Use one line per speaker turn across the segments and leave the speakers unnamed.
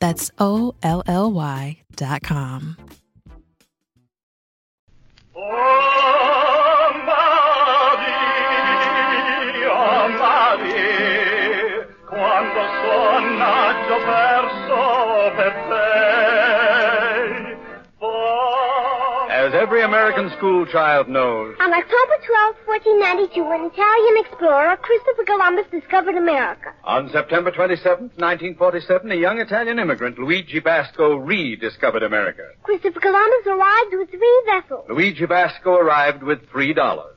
That's O L L Y.com.
Oh, Mari, oh, Mari, quando son nato perso per te. Oh,
As every American school child knows,
On October 12, 1492, an Italian explorer, Christopher Columbus, discovered America.
on September 27th, 1947, a young Italian immigrant, Luigi Basco, rediscovered America.
Christopher Columbus arrived with three vessels.
Luigi Basco arrived with $3.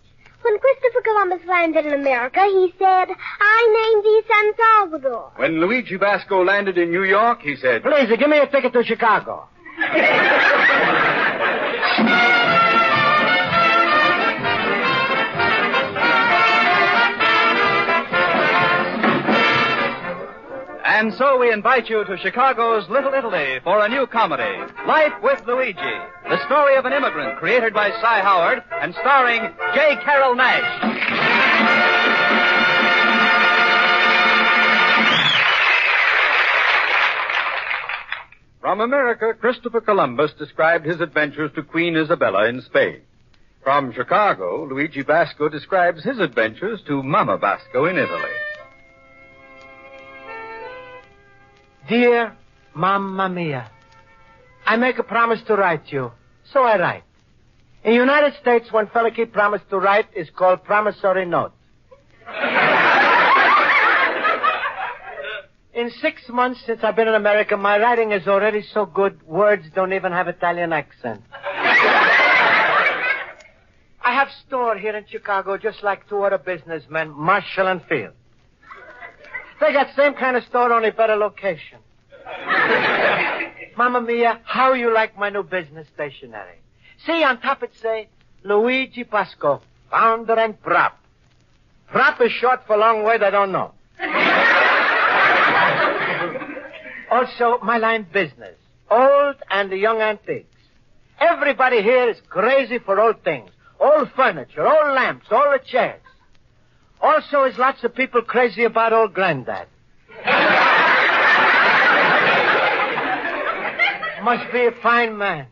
When Christopher Columbus landed in America, he said, I name thee San Salvador.
When Luigi Basco landed in New York, he said,
Please, give me a ticket to Chicago.
And so we invite you to Chicago's Little Italy for a new comedy, Life with Luigi, the story of an immigrant created by Cy Howard and starring J. Carroll Nash. From America, Christopher Columbus described his adventures to Queen Isabella in Spain. From Chicago, Luigi Vasco describes his adventures to Mama Vasco in Italy.
Dear Mamma Mia, I make a promise to write you, so I write. In the United States, one felicky promise to write is called promissory note. in six months since I've been in America, my writing is already so good, words don't even have Italian accent. I have store here in Chicago, just like two other businessmen, Marshall and Field. They got same kind of store, only better location. Mamma mia, how you like my new business stationery. See, on top it say, Luigi Pasco, founder and prop. Prop is short for long word, I don't know. also, my line business, old and young antiques. Everybody here is crazy for old things. Old furniture, old lamps, all the chairs. Also, is lots of people crazy about old granddad. Must be a fine man.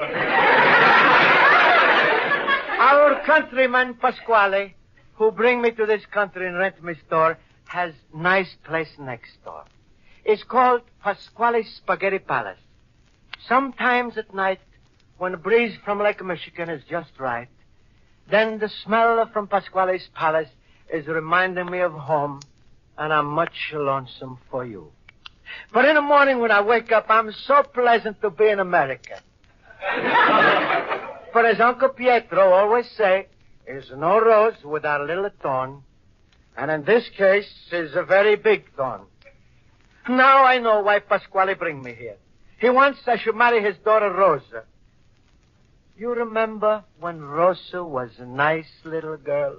Our countryman, Pasquale, who bring me to this country and rent me store, has nice place next door. It's called Pasquale's Spaghetti Palace. Sometimes at night, when a breeze from Lake Michigan is just right, then the smell from Pasquale's palace is reminding me of home, and I'm much lonesome for you. But in the morning when I wake up, I'm so pleasant to be in America. but as Uncle Pietro always say, there's no rose without a little thorn. And in this case, is a very big thorn. Now I know why Pasquale bring me here. He wants I should marry his daughter Rosa. You remember when Rosa was a nice little girl?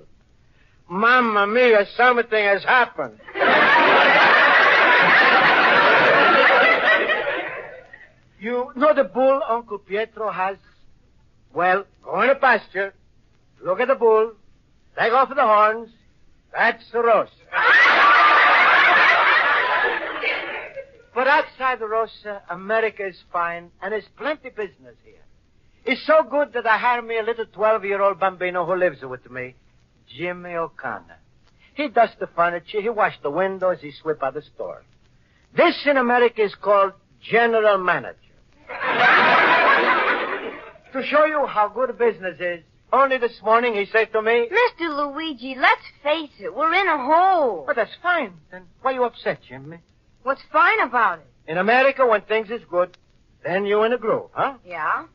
Mamma mia, something has happened. you know the bull Uncle Pietro has? Well, go in the pasture, look at the bull, take off the horns. That's the Rosa. but outside the Rosa, America is fine, and there's plenty business here. It's so good that I hire me a little 12-year-old bambino who lives with me, Jimmy O'Connor. He dusts the furniture, he washes the windows, he sweeps out the store. This in America is called general manager. to show you how good business is, only this morning he said to me,
Mr. Luigi, let's face it, we're in a hole.
Well, that's fine. Then why you upset, Jimmy?
What's fine about it?
In America, when things is good, then you in a groove, huh?
Yeah?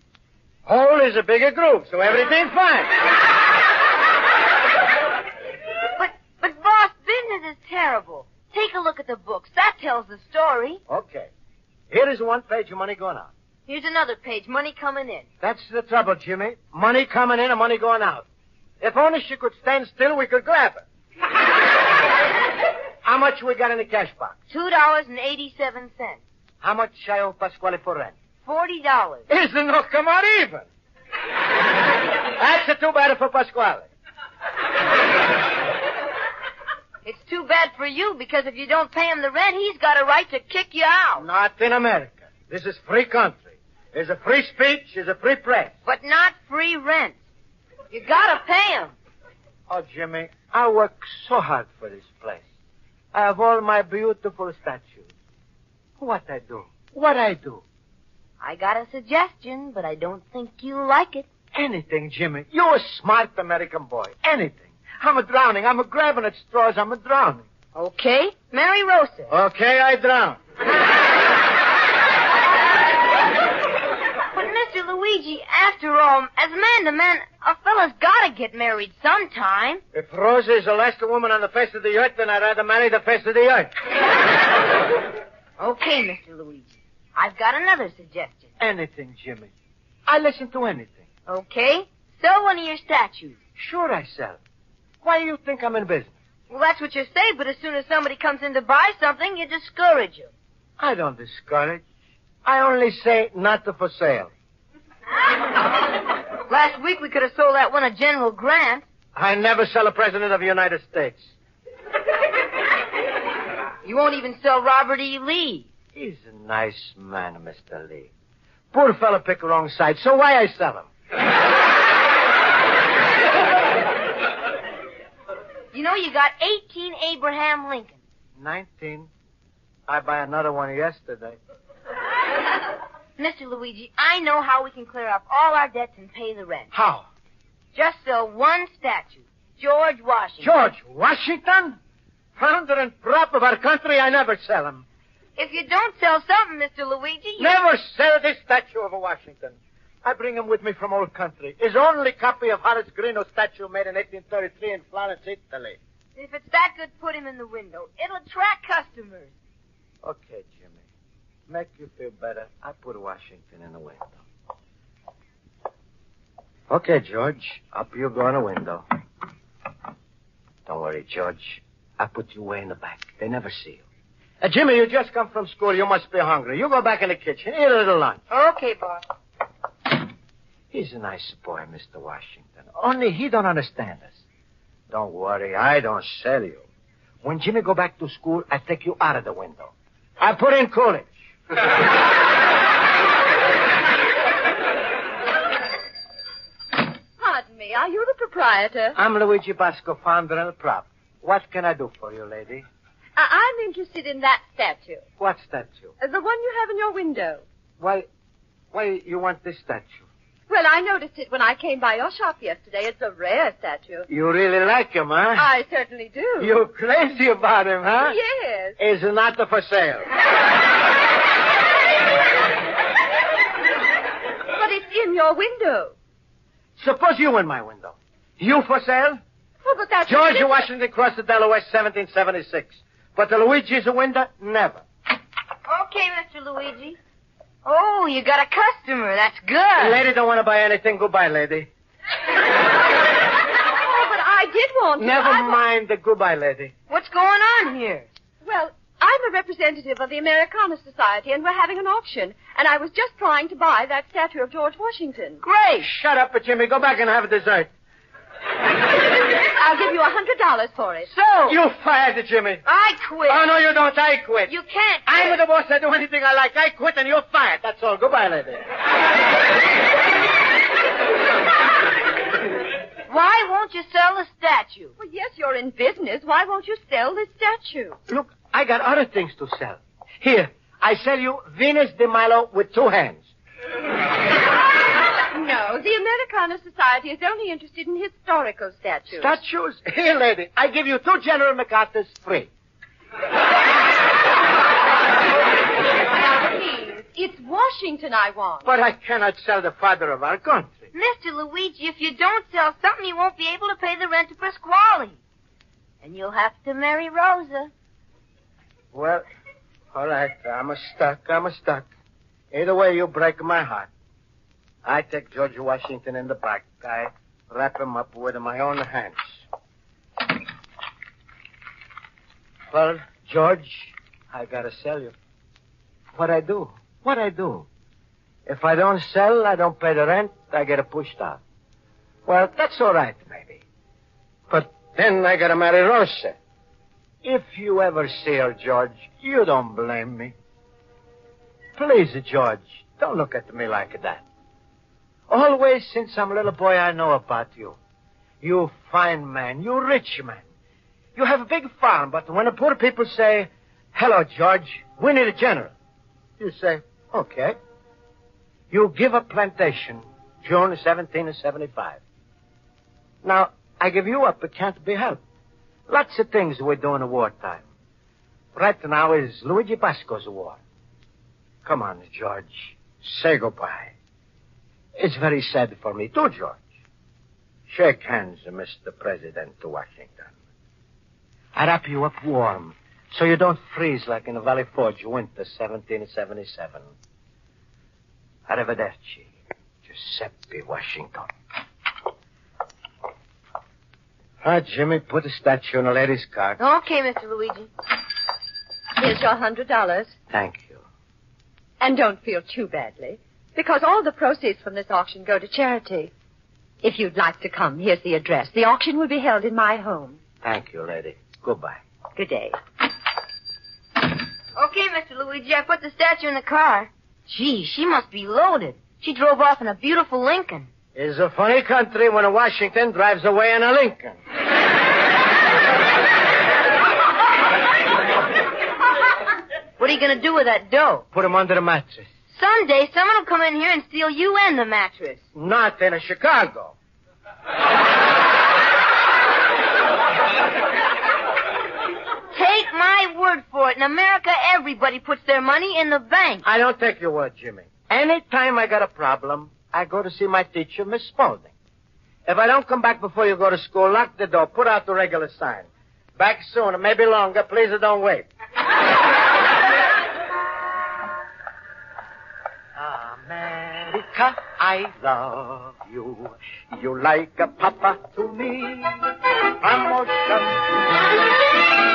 Hole is a bigger groove, so everything's fine.
but, but boss, business is terrible. Take a look at the books. That tells the story.
Okay. Here is one page of money going out.
Here's another page. Money coming in.
That's the trouble, Jimmy. Money coming in and money going out. If only she could stand still, we could grab her. How much we got in the cash box?
Two dollars and eighty-seven cents.
How much I owe Pasquale for rent?
Forty dollars.
Isn't no come out even. That's a too bad for Pasquale.
It's too bad for you because if you don't pay him the rent, he's got a right to kick you out.
Not in America. This is free country. There's a free speech, there's a free press.
But not free rent. You gotta pay him.
Oh, Jimmy, I work so hard for this place. I have all my beautiful statues. What I do? What I do?
I got a suggestion, but I don't think you'll like it.
Anything, Jimmy. You're a smart American boy. Anything. I'm a drowning. I'm a grabbing at straws. I'm a drowning.
Okay. Mary Rosa.
Okay, I drown.
But Mr. Luigi, after all, as man to man, a fella's gotta get married sometime.
If Rosa is the last woman on the face of the earth, then I'd rather marry the face of the earth.
Okay, Mr. Luigi. I've got another suggestion.
Anything, Jimmy. I listen to anything.
Okay. Sell one of your statues.
Sure I sell. Why do you think I'm in business?
Well, that's what you say, but as soon as somebody comes in to buy something, you discourage them.
I don't discourage. I only say not to for sale.
Last week we could have sold that one to General Grant.
I never sell a president of the United States.
You won't even sell Robert E. Lee.
He's a nice man, Mr. Lee. Poor fellow picked the wrong side, so why I sell him?
You know, you got 18 Abraham Lincoln.
Nineteen. I buy another one yesterday.
Mr. Luigi, I know how we can clear up all our debts and pay the rent.
How?
Just sell one statue. George Washington.
George Washington? Founder and prop of our country, I never sell him.
If you don't sell something, Mr. Luigi, you...
Never sell this statue of Washington. I bring him with me from old country. His only copy of Horace Greeno's statue made in 1833 in Florence, Italy.
If it's that good, put him in the window. It'll attract customers.
Okay, Jimmy. Make you feel better. I put Washington in the window. Okay, George. Up you go in the window. Don't worry, George. I put you way in the back. They never see you. Uh, Jimmy, you just come from school. You must be hungry. You go back in the kitchen. Eat a little lunch.
Okay, boss.
He's a nice boy, Mr. Washington. Only he don't understand us. Don't worry, I don't sell you. When Jimmy go back to school, I take you out of the window. I put in Coolidge.
Pardon me, are you the
proprietor.
I'm Luigi Basco, founder and prop. What can I do for you, lady?
Uh, I'm interested in that statue,
What statue?
uh, the one you have in your window.
Why, why you want this statue?
Well, I noticed it when I came by your shop yesterday. It's a rare statue.
You really like him, huh?
I certainly do.
You crazy about him, huh?
Yes.
Is not for sale.
But it's in your window.
Suppose you in my window. You for sale?
Well, but that's
George
ridiculous.
Washington crossed the Delaware, 1776. But the Luigi's a window? Never.
Okay, Mr. Luigi. Oh, you got a customer. That's good.
Lady don't want to buy anything. Goodbye, lady.
Oh, but I did want to.
Never
I wa-
mind the goodbye, lady.
What's going on here?
Well, I'm a representative of the Americana Society, and we're having an auction. And I was just trying to buy that statue of George Washington.
Great. Shut up, Jimmy. Go back and have dessert.
I'll give you a hundred dollars for it.
So,
You fired, Jimmy.
I quit.
Oh, no, you don't. I quit.
You can't.
I'm the boss. I do anything I like. I quit and you're fired. That's all. Goodbye, lady.
Why won't you sell the statue?
Well, yes, you're in business. Why won't you sell this statue?
Look, I got other things to sell. Here, I sell you Venus de Milo with two hands.
No, the Americana Society is only interested in historical statues.
Statues? Here, lady, I give you two General MacArthur's free.
Now, please, it's Washington I want.
But I cannot sell the father of our country.
Mr. Luigi, if you don't sell something, you won't be able to pay the rent to Pasquale. And you'll have to marry Rosa.
Well, all right, I'm a stuck, I'm a stuck. Either way, you break my heart. I take George Washington in the back. I wrap him up with my own hands. Well, George, I gotta sell you. What I do? What I do? If I don't sell, I don't pay the rent, I get pushed out. Well, that's all right, maybe. But then I gotta marry Rosa. If you ever see her, George, you don't blame me. Please, George, don't look at me like that. Always since I'm a little boy, I know about you. You fine man, you rich man. You have a big farm, but when the poor people say, Hello, George, we need a general, you say, Okay. You give a plantation, June 1775. Now, I give you up, it can't be helped. Lots of things we do in the wartime. Right now is Luigi Basco's war. Come on, George. Say goodbye. It's very sad for me, too, George. Shake hands, Mr. President Washington. I wrap you up warm so you don't freeze like in the Valley Forge winter 1777. Arrivederci, Giuseppe Washington. Ah, Jimmy, put a statue in a lady's car.
Okay, Mr. Luigi.
Here's your hundred dollars.
Thank you.
And don't feel too badly, because all the proceeds from this auction go to charity. If you'd like to come, here's the address. The auction will be held in my home.
Thank you, lady. Goodbye.
Good day.
Okay, Mr. Luigi, I put the statue in the car. Gee, she must be loaded. She drove off in a beautiful Lincoln.
It's a funny country when a Washington drives away in a Lincoln.
What are you going to do with that dough?
Put him under the mattress.
Someday, someone will come in here and steal you and the mattress.
Not in a Chicago.
Take my word for it. In America, everybody puts their money in the bank.
I don't take your word, Jimmy. Anytime I got a problem, I go to see my teacher, Miss Spaulding. If I don't come back before you go to school, lock the door, put out the regular sign. Back soon, it may be longer. Please don't wait. America, I love you. You like a papa to me. Promotion.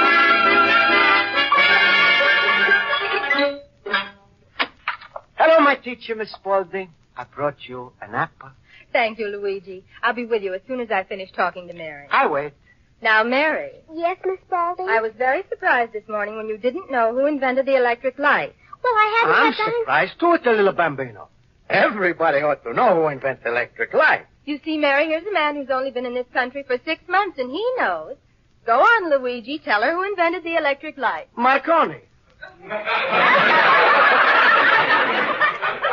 Hello, my teacher, Miss Spaulding. I brought you an apple.
Thank you, Luigi. I'll be with you as soon as I finish talking to Mary.
I wait.
Now, Mary,
Yes, Miss Spaulding?
was very surprised this morning when you didn't know who invented the electric light.
Well, I haven't
I'm
had time.
surprised too at the little bambino. Everybody ought to know who invented electric light.
You see, marrying her's a man who's only been in this country for six months, and he knows. Go on, Luigi. Tell her who invented the electric light.
Marconi.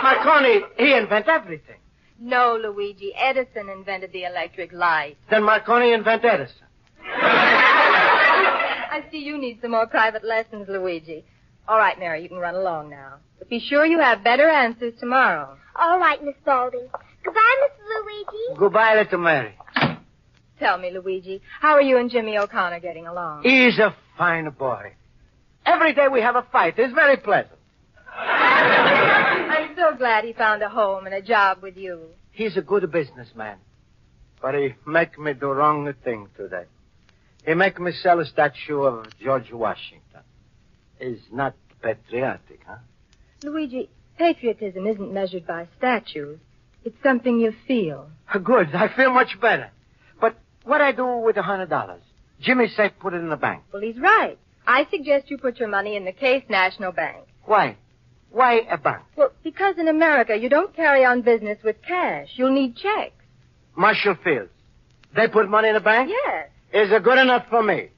Marconi, he invent everything.
No, Luigi. Edison invented the electric light.
Then Marconi invent Edison.
I see you need some more private lessons, Luigi. All right, Mary, you can run along now. But be sure you have better answers tomorrow.
All right, Miss Balding. Goodbye, Mrs. Luigi.
Goodbye, little Mary.
Tell me, Luigi, how are you and Jimmy O'Connor getting along?
He's a fine boy. Every day we have a fight. It's very pleasant.
I'm so glad he found a home and a job with you.
He's a good businessman. But he make me do wrong thing today. He make me sell a statue of George Washington. He's not patriotic, huh?
Luigi, patriotism isn't measured by statues. It's something you feel.
Good. I feel much better. But what I do with a hundred dollars? Jimmy say put it in the bank.
Well, he's right. I suggest you put your money in the Case National Bank.
Why? Why a bank?
Well, because in America you don't carry on business with cash. You'll need checks.
Marshall Fields. They put money in the bank?
Yes.
Is it good enough for me?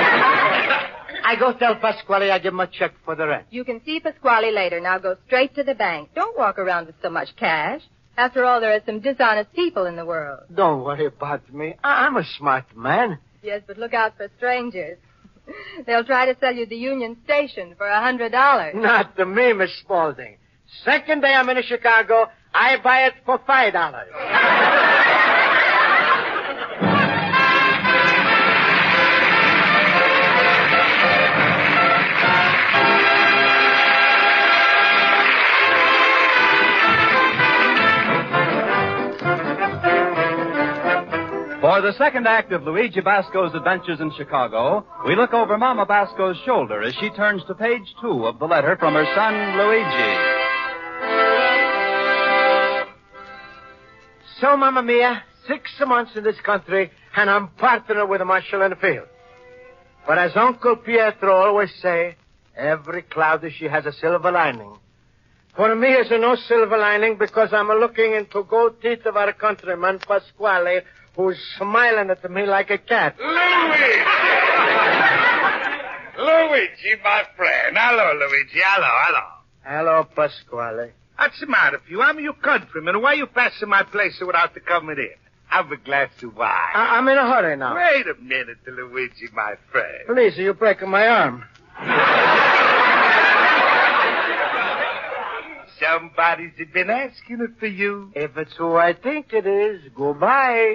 I go tell Pasquale I give him a check for the rent.
You can see Pasquale later. Now go straight to the bank. Don't walk around with so much cash. After all, there are some dishonest people in the world.
Don't worry about me. I- I'm a smart man.
Yes, but look out for strangers. They'll try to sell you the Union Station for a hundred dollars.
Not to me, Miss Spaulding. Second day I'm in Chicago, I buy it for five dollars.
For the second act of Luigi Basco's Adventures in Chicago, we look over Mama Basco's shoulder as she turns to page two of the letter from her son, Luigi.
So, Mamma Mia, six months in this country, and I'm partner with Marshall and Field. But as Uncle Pietro always say, every cloud she has a silver lining. For me, it's no silver lining because I'm looking into gold teeth of our countryman, Pasquale, who's smiling at me like a cat.
Luigi! Luigi, my friend. Hello, Luigi. Hello, hello.
Hello, Pasquale.
What's the matter with you? I'm your countryman. Why you passing my place without the coming in? Have a glass of wine.
I- am in a hurry now.
Wait a minute, Luigi, my friend.
Please, you're breaking my arm.
Somebody's been asking it for you.
If it's who I think it is, goodbye.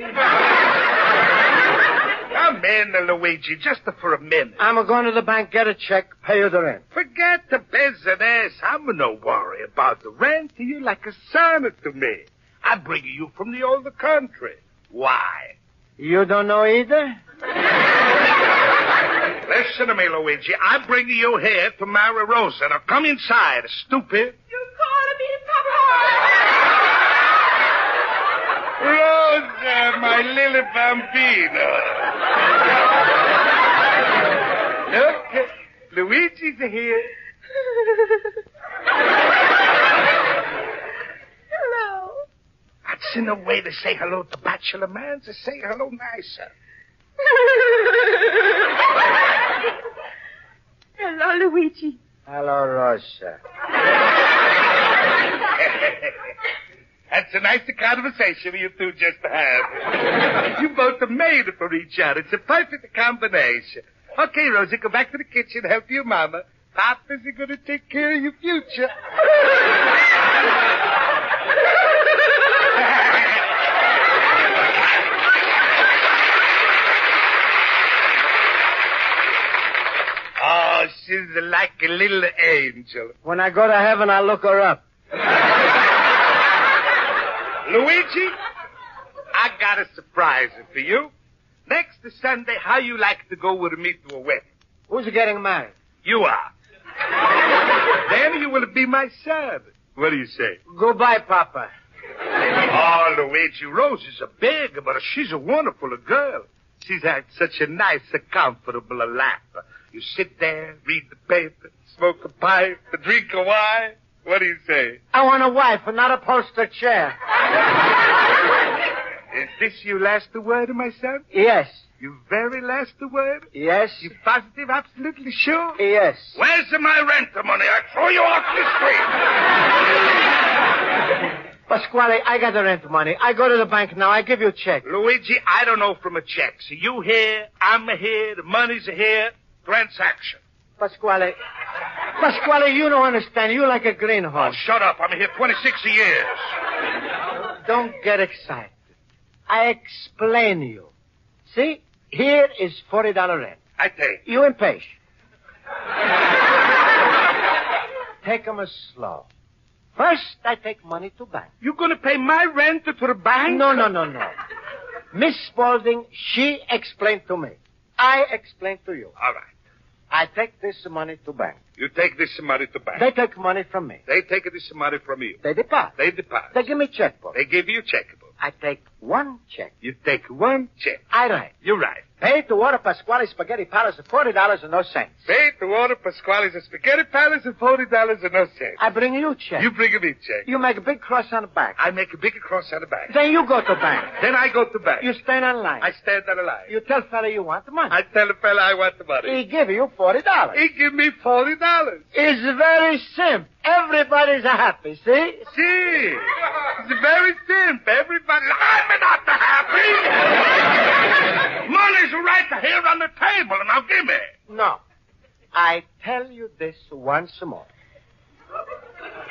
Come in, Luigi, just for a minute.
I'm going to the bank, get a check, pay you the rent.
Forget the business. I'm no worry about the rent. You're like a son to me. I bring you from the older country. Why?
You don't know either?
Listen to me, Luigi. I bring you here to marry Rosa. Now come inside, stupid.
You calling me to come
home? Rosa, my little bambino. Look, Luigi's here.
hello.
That's in a way to say hello to bachelor man, to say hello nicer.
Hello, Luigi.
Hello, Rosa.
That's a nice conversation you two just had. you both are made for each other. It's a perfect combination. Okay, Rosa, go back to the kitchen, help your mama. Papa's going to take care of your future. Oh, she's like a little angel.
When I go to heaven, I'll look her up.
Luigi, I got a surprise for you. Next Sunday, how you like to go with me to a wedding?
Who's getting married?
You are. then you will be my son. What do you say?
Goodbye, Papa.
Oh, Luigi, Rose is a big, but she's a wonderful girl. She's had such a nice, a comfortable life. You sit there, read the paper, smoke a pipe, drink a wine. What do you say?
I want a wife and not a poster chair.
Is this your last word, my son?
Yes.
Your very last word?
Yes.
You positive, absolutely sure?
Yes.
Where's my rent money? I throw you off the street.
Pasquale, I got the rent money. I go to the bank now. I give you a check.
Luigi, I don't know from a check. So you here, I'm here, the money's here. Transaction.
Pasquale. Pasquale, you don't understand. You're like a greenhorn.
Shut up. I'm here 26 years.
Don't get excited. I explain you. See? Here is $40 rent.
I take.
You impatient. Take 'em slow. First, I take money to bank.
You gonna pay my rent to the bank?
No, no, no, no. Miss Spalding, she explained to me. I explained to you.
All right.
I take this money to bank.
You take this money to bank.
They take money from me.
They take this money from you.
They depart.
They depart.
They give me checkbook.
They give you checkbook.
I take one check.
You take one check.
I write.
You write.
Pay to order Pasquale Spaghetti Palace for forty dollars and no cents.
Pay to order Pasquale's Spaghetti Palace for forty dollars and no cents.
I bring you check.
You bring me check.
You make a big cross on the bank.
I make a big cross on the bank.
Then you go to bank.
Then I go to bank.
You stand on line.
I stand on line.
You tell fella you want the money.
I tell the fella I want the money.
He give you forty dollars.
He give me forty dollars.
It's very simple. Everybody's happy, see?
See? It's very simple. Everybody, I'm not happy. Money's right here on the table, and now give me.
No. I tell you this once more.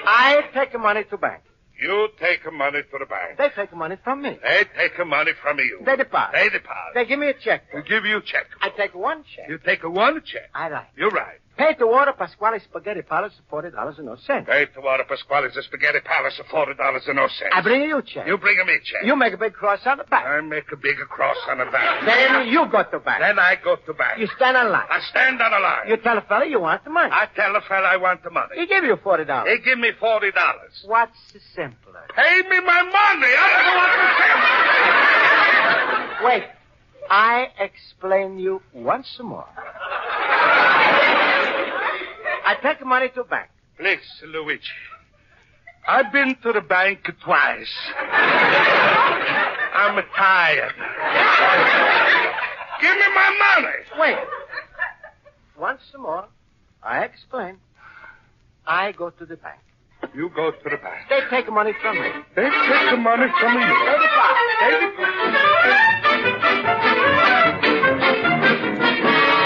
I take money to bank.
You take money to the bank.
They take money from me.
They take money from you.
They depart.
They depart.
They give me a check.
We give you a check.
I take one check.
You take one check.
I write.
You're right.
Pay to order Pasquale Spaghetti Palace for $40 and no cents.
Pay to order Pasquale's Spaghetti Palace for $40 and no cents.
I bring you a check.
You bring me a check.
You make a big cross on the back.
I make a big cross on the back.
Then you go to back.
Then I go to back.
You stand on line.
I stand on a line.
You tell a fella you want the money.
I tell a fella I want the money.
He give you $40.
He give me $40.
What's simpler?
Pay me my money. I
don't know what to say. Wait. I explain you once more. I take money to bank.
Please, Luigi. I've been to the bank twice. I'm tired. Give me my money.
Wait. Once more, I explain. I go to the bank.
You go to the bank.
They take money from me.
They take the money from you.
They depart.
They depart.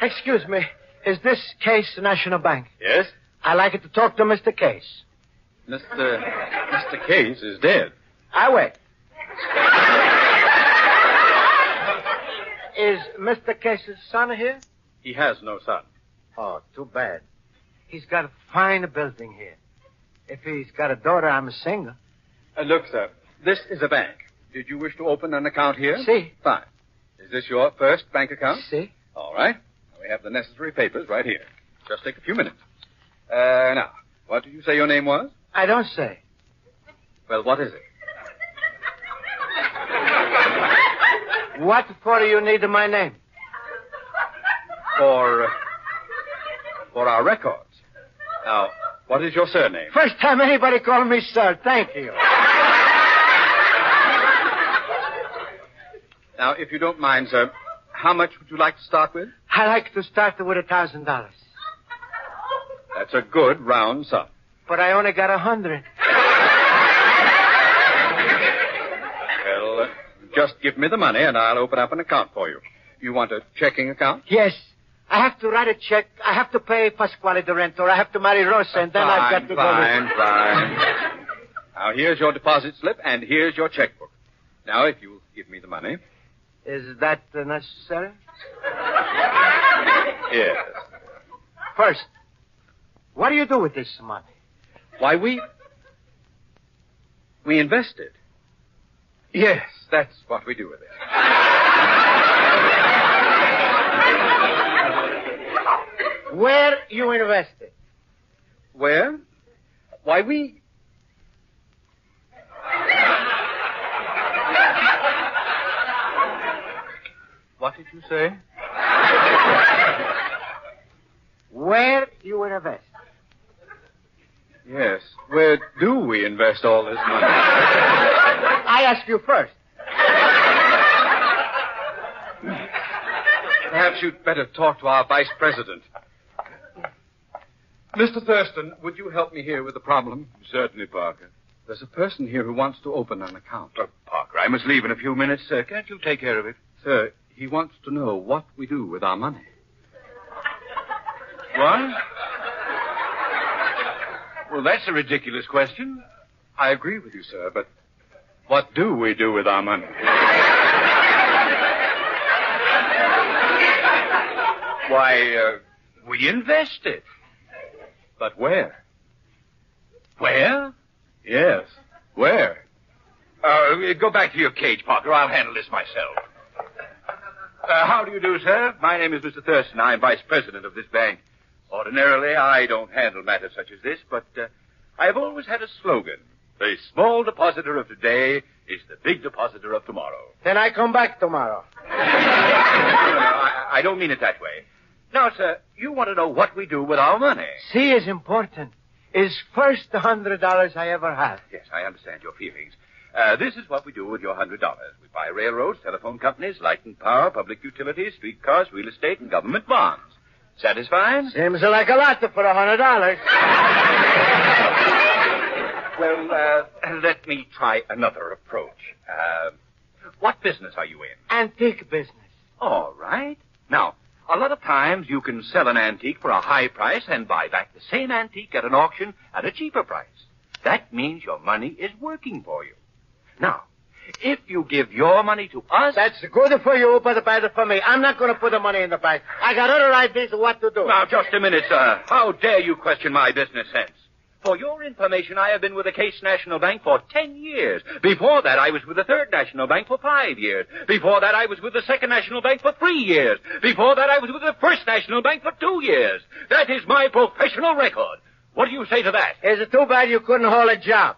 Excuse me. Is this Case National Bank?
Yes?
I'd like to talk to Mr. Case.
Mr. Mr. Case is dead.
I wait. is Mr. Case's son here?
He has no son.
Oh, too bad. He's got a fine building here. If he's got a daughter, I'm a singer.
Uh, look, sir, this is a bank. Did you wish to open an account here?
See. Si.
Fine. Is this your first bank account?
See. Si.
All right. We have the necessary papers right here. Just take a few minutes. Uh, now, what did you say your name was?
I don't say.
Well, what is it?
what for do you need my name?
For, uh, for our records. Now, what is your surname?
First time anybody called me sir. Thank you.
now, if you don't mind, sir, how much would you like to start with?
I like to start with a thousand dollars.
That's a good round sum.
But I only got a hundred.
Well, uh, just give me the money and I'll open up an account for you. You want a checking account?
Yes. I have to write a check. I have to pay Pasquale the rent, or I have to marry Rosa, and then
fine,
I've got to
fine,
go. To...
Fine, fine. Now here's your deposit slip, and here's your checkbook. Now, if you'll give me the money.
Is that uh, necessary?
Yes.
First, what do you do with this money?
Why, we. We invest it. Yes, that's what we do with it.
Where you invest it?
Where? Why, we. What did you say?
Where you invest?
Yes. Where do we invest all this money?
I ask you first.
Perhaps you'd better talk to our vice president. Mr. Thurston, would you help me here with the problem?
Certainly, Parker.
There's a person here who wants to open an account.
Oh, Parker, I must leave in a few minutes, sir. Can't you take care of it?
Sir, he wants to know what we do with our money.
What? Well, that's a ridiculous question.
I agree with you, sir, but what do we do with our money?
Why, uh, we invest it.
But where?
Where?
Yes. Where?
Uh, go back to your cage, Parker. I'll handle this myself. Uh, how do you do, sir? My name is Mr. Thurston. I'm vice president of this bank. Ordinarily, I don't handle matters such as this, but uh, I've always had a slogan. The small depositor of today is the big depositor of tomorrow.
Then I come back tomorrow.
No, no, I, I don't mean it that way. Now, sir, you want to know what we do with our money.
C is important. Is first hundred dollars I ever have.
Yes, I understand your feelings. Uh, this is what we do with your hundred dollars. We buy railroads, telephone companies, light and power, public utilities, streetcars, real estate, and government bonds. Satisfied?
Seems like a lot for a hundred dollars.
Well, uh, let me try another approach. Uh, what business are you in?
Antique business.
All right. Now, a lot of times you can sell an antique for a high price and buy back the same antique at an auction at a cheaper price. That means your money is working for you. Now, if you give your money to us.
That's good for you, but bad for me. I'm not going to put the money in the bank. I got other ideas of what to do.
Now, just a minute, sir. How dare you question my business sense? For your information, I have been with the Case National Bank for ten years. Before that, I was with the Third National Bank for five years. Before that, I was with the Second National Bank for three years. Before that, I was with the First National Bank for two years. That is my professional record. What do you say to that?
Is it too bad you couldn't hold a job?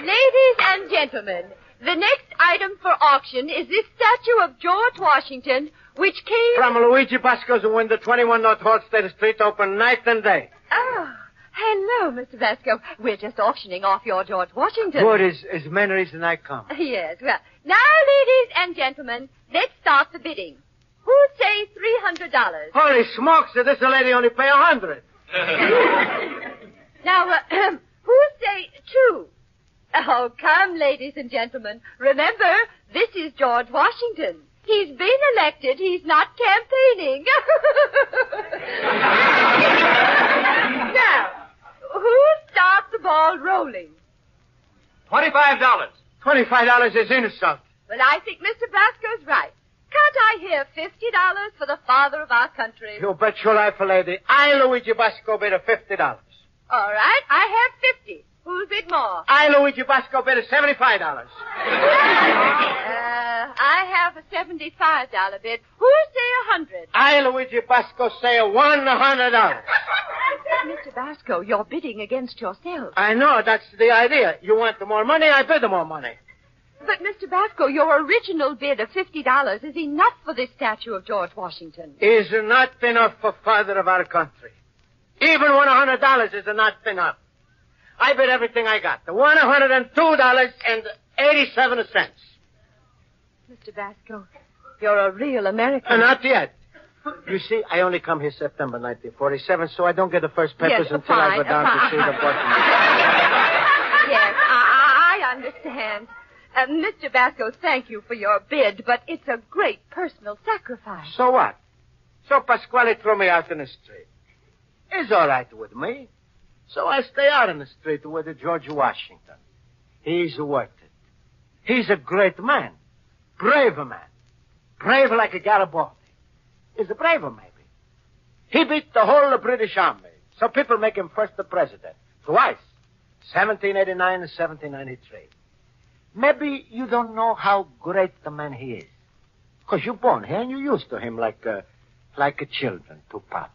Ladies and gentlemen, the next item for auction is this statue of George Washington, which came.
From Luigi Basco's who win the 21 North Holstead Street open night and day.
Oh, hello, Mr. Vasco. We're just auctioning off your George Washington.
Good is, is main reason I come.
Yes, well, now, ladies and gentlemen, let's start the bidding. Who'd say $300?
Holy smokes, this lady only pay a hundred.
now, uh, who'd say two? Oh, come, ladies and gentlemen. Remember, this is George Washington. He's been elected. He's not campaigning. now, who starts the ball rolling?
Twenty-five dollars. Twenty-five dollars is insult.
Well, I think Mr. Blasco's right. Can't I hear fifty dollars for the father of our country?
You bet your life, lady. I, Luigi Basco, bid a fifty dollars.
All right, I have fifty. Who's bid more?
I, Luigi Basco, bid a seventy-five dollars.
Uh, I have a seventy-five dollar bid. Who say a hundred?
I, Luigi Basco, say a one hundred dollars.
Mr. Basco, you're bidding against yourself.
I know that's the idea. You want the more money, I bid the more money.
But Mr. Basco, your original bid of fifty dollars is enough for this statue of George Washington.
Is not enough for father of our country. Even one hundred dollars is not enough. I bet everything I got. The one hundred and two dollars and eighty-seven cents.
Mr. Basco, you're a real American.
Uh, not yet. You see, I only come here September 1947, so I don't get the first papers
Yes,
until I
fine,
go down
fine.
to see the Washington.
Yes, I, I I understand. Uh, Mr. Basco, thank you for your bid, but it's a great personal sacrifice.
So what? So Pasquale threw me out in the street. He's all right with me. So I stay out in the street with the George Washington. He's worth it. He's a great man. Brave man. Brave like a Garibaldi. He's a braver, maybe. He beat the whole British army. So people make him first the president. Twice. 1789 and 1793. Maybe you don't know how great the man he is. Because you're born here and you're used to him like a, like a children to Papa.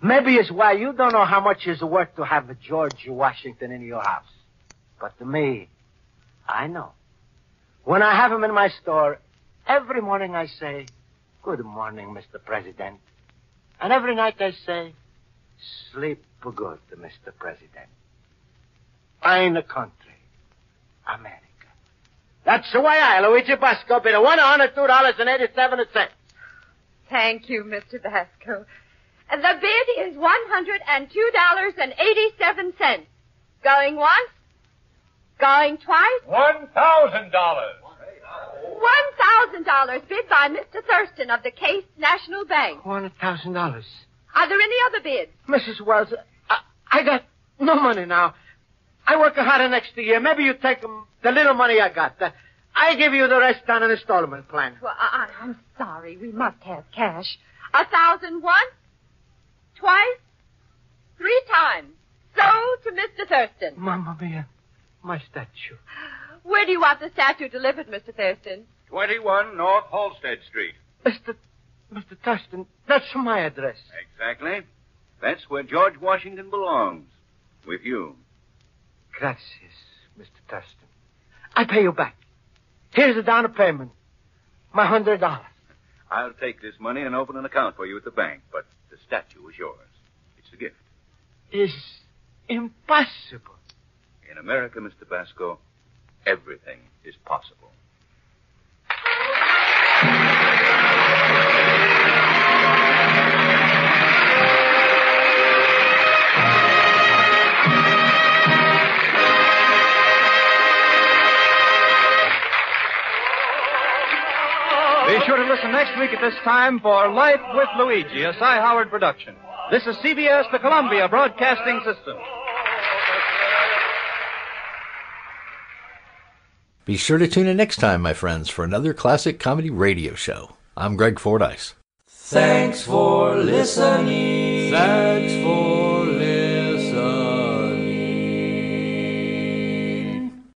Maybe it's why you don't know how much it's worth to have a George Washington in your house. But to me, I know. When I have him in my store, every morning I say, Good morning, Mr. President. And every night I say, Sleep good, Mr. President. Fine country. America. That's the way I, Luigi Basco, bid a one hundred two dollars and eighty-seven cents.
Thank you, Mr. Basco. The bid is $102.87. Going once, going twice,
One thousand dollars.
$1,000 bid by Mr. Thurston of the Case National Bank.
One thousand dollars.
Are there any other bids?
Mrs. Wells, I, I got no money now. I work harder next year. Maybe you take um, the little money I got. Uh, I give you the rest on an installment plan.
Well, I, I- I'm sorry. We must have cash. A thousand once, twice, three times. So to Mr. Thurston.
Mamma mia, my statue.
Where do you want the statue delivered, Mr. Thurston?
21 North Halstead Street.
Mr. Mr. Thurston, that's my address.
Exactly. That's where George Washington belongs. With you.
Gracias, Mr. Thurston. I pay you back. Here's the down payment. My hundred dollars.
I'll take this money and open an account for you at the bank, but the statue is yours. It's a gift.
It's impossible.
In America, Mr. Basco, everything is possible.
Be sure to listen next week at this time for Life with Luigi, a Cy Howard production. This is CBS, the Columbia Broadcasting System.
Be sure to tune in next time, my friends, for another classic comedy radio show. I'm Greg Fordyce.
Thanks for listening. Thanks for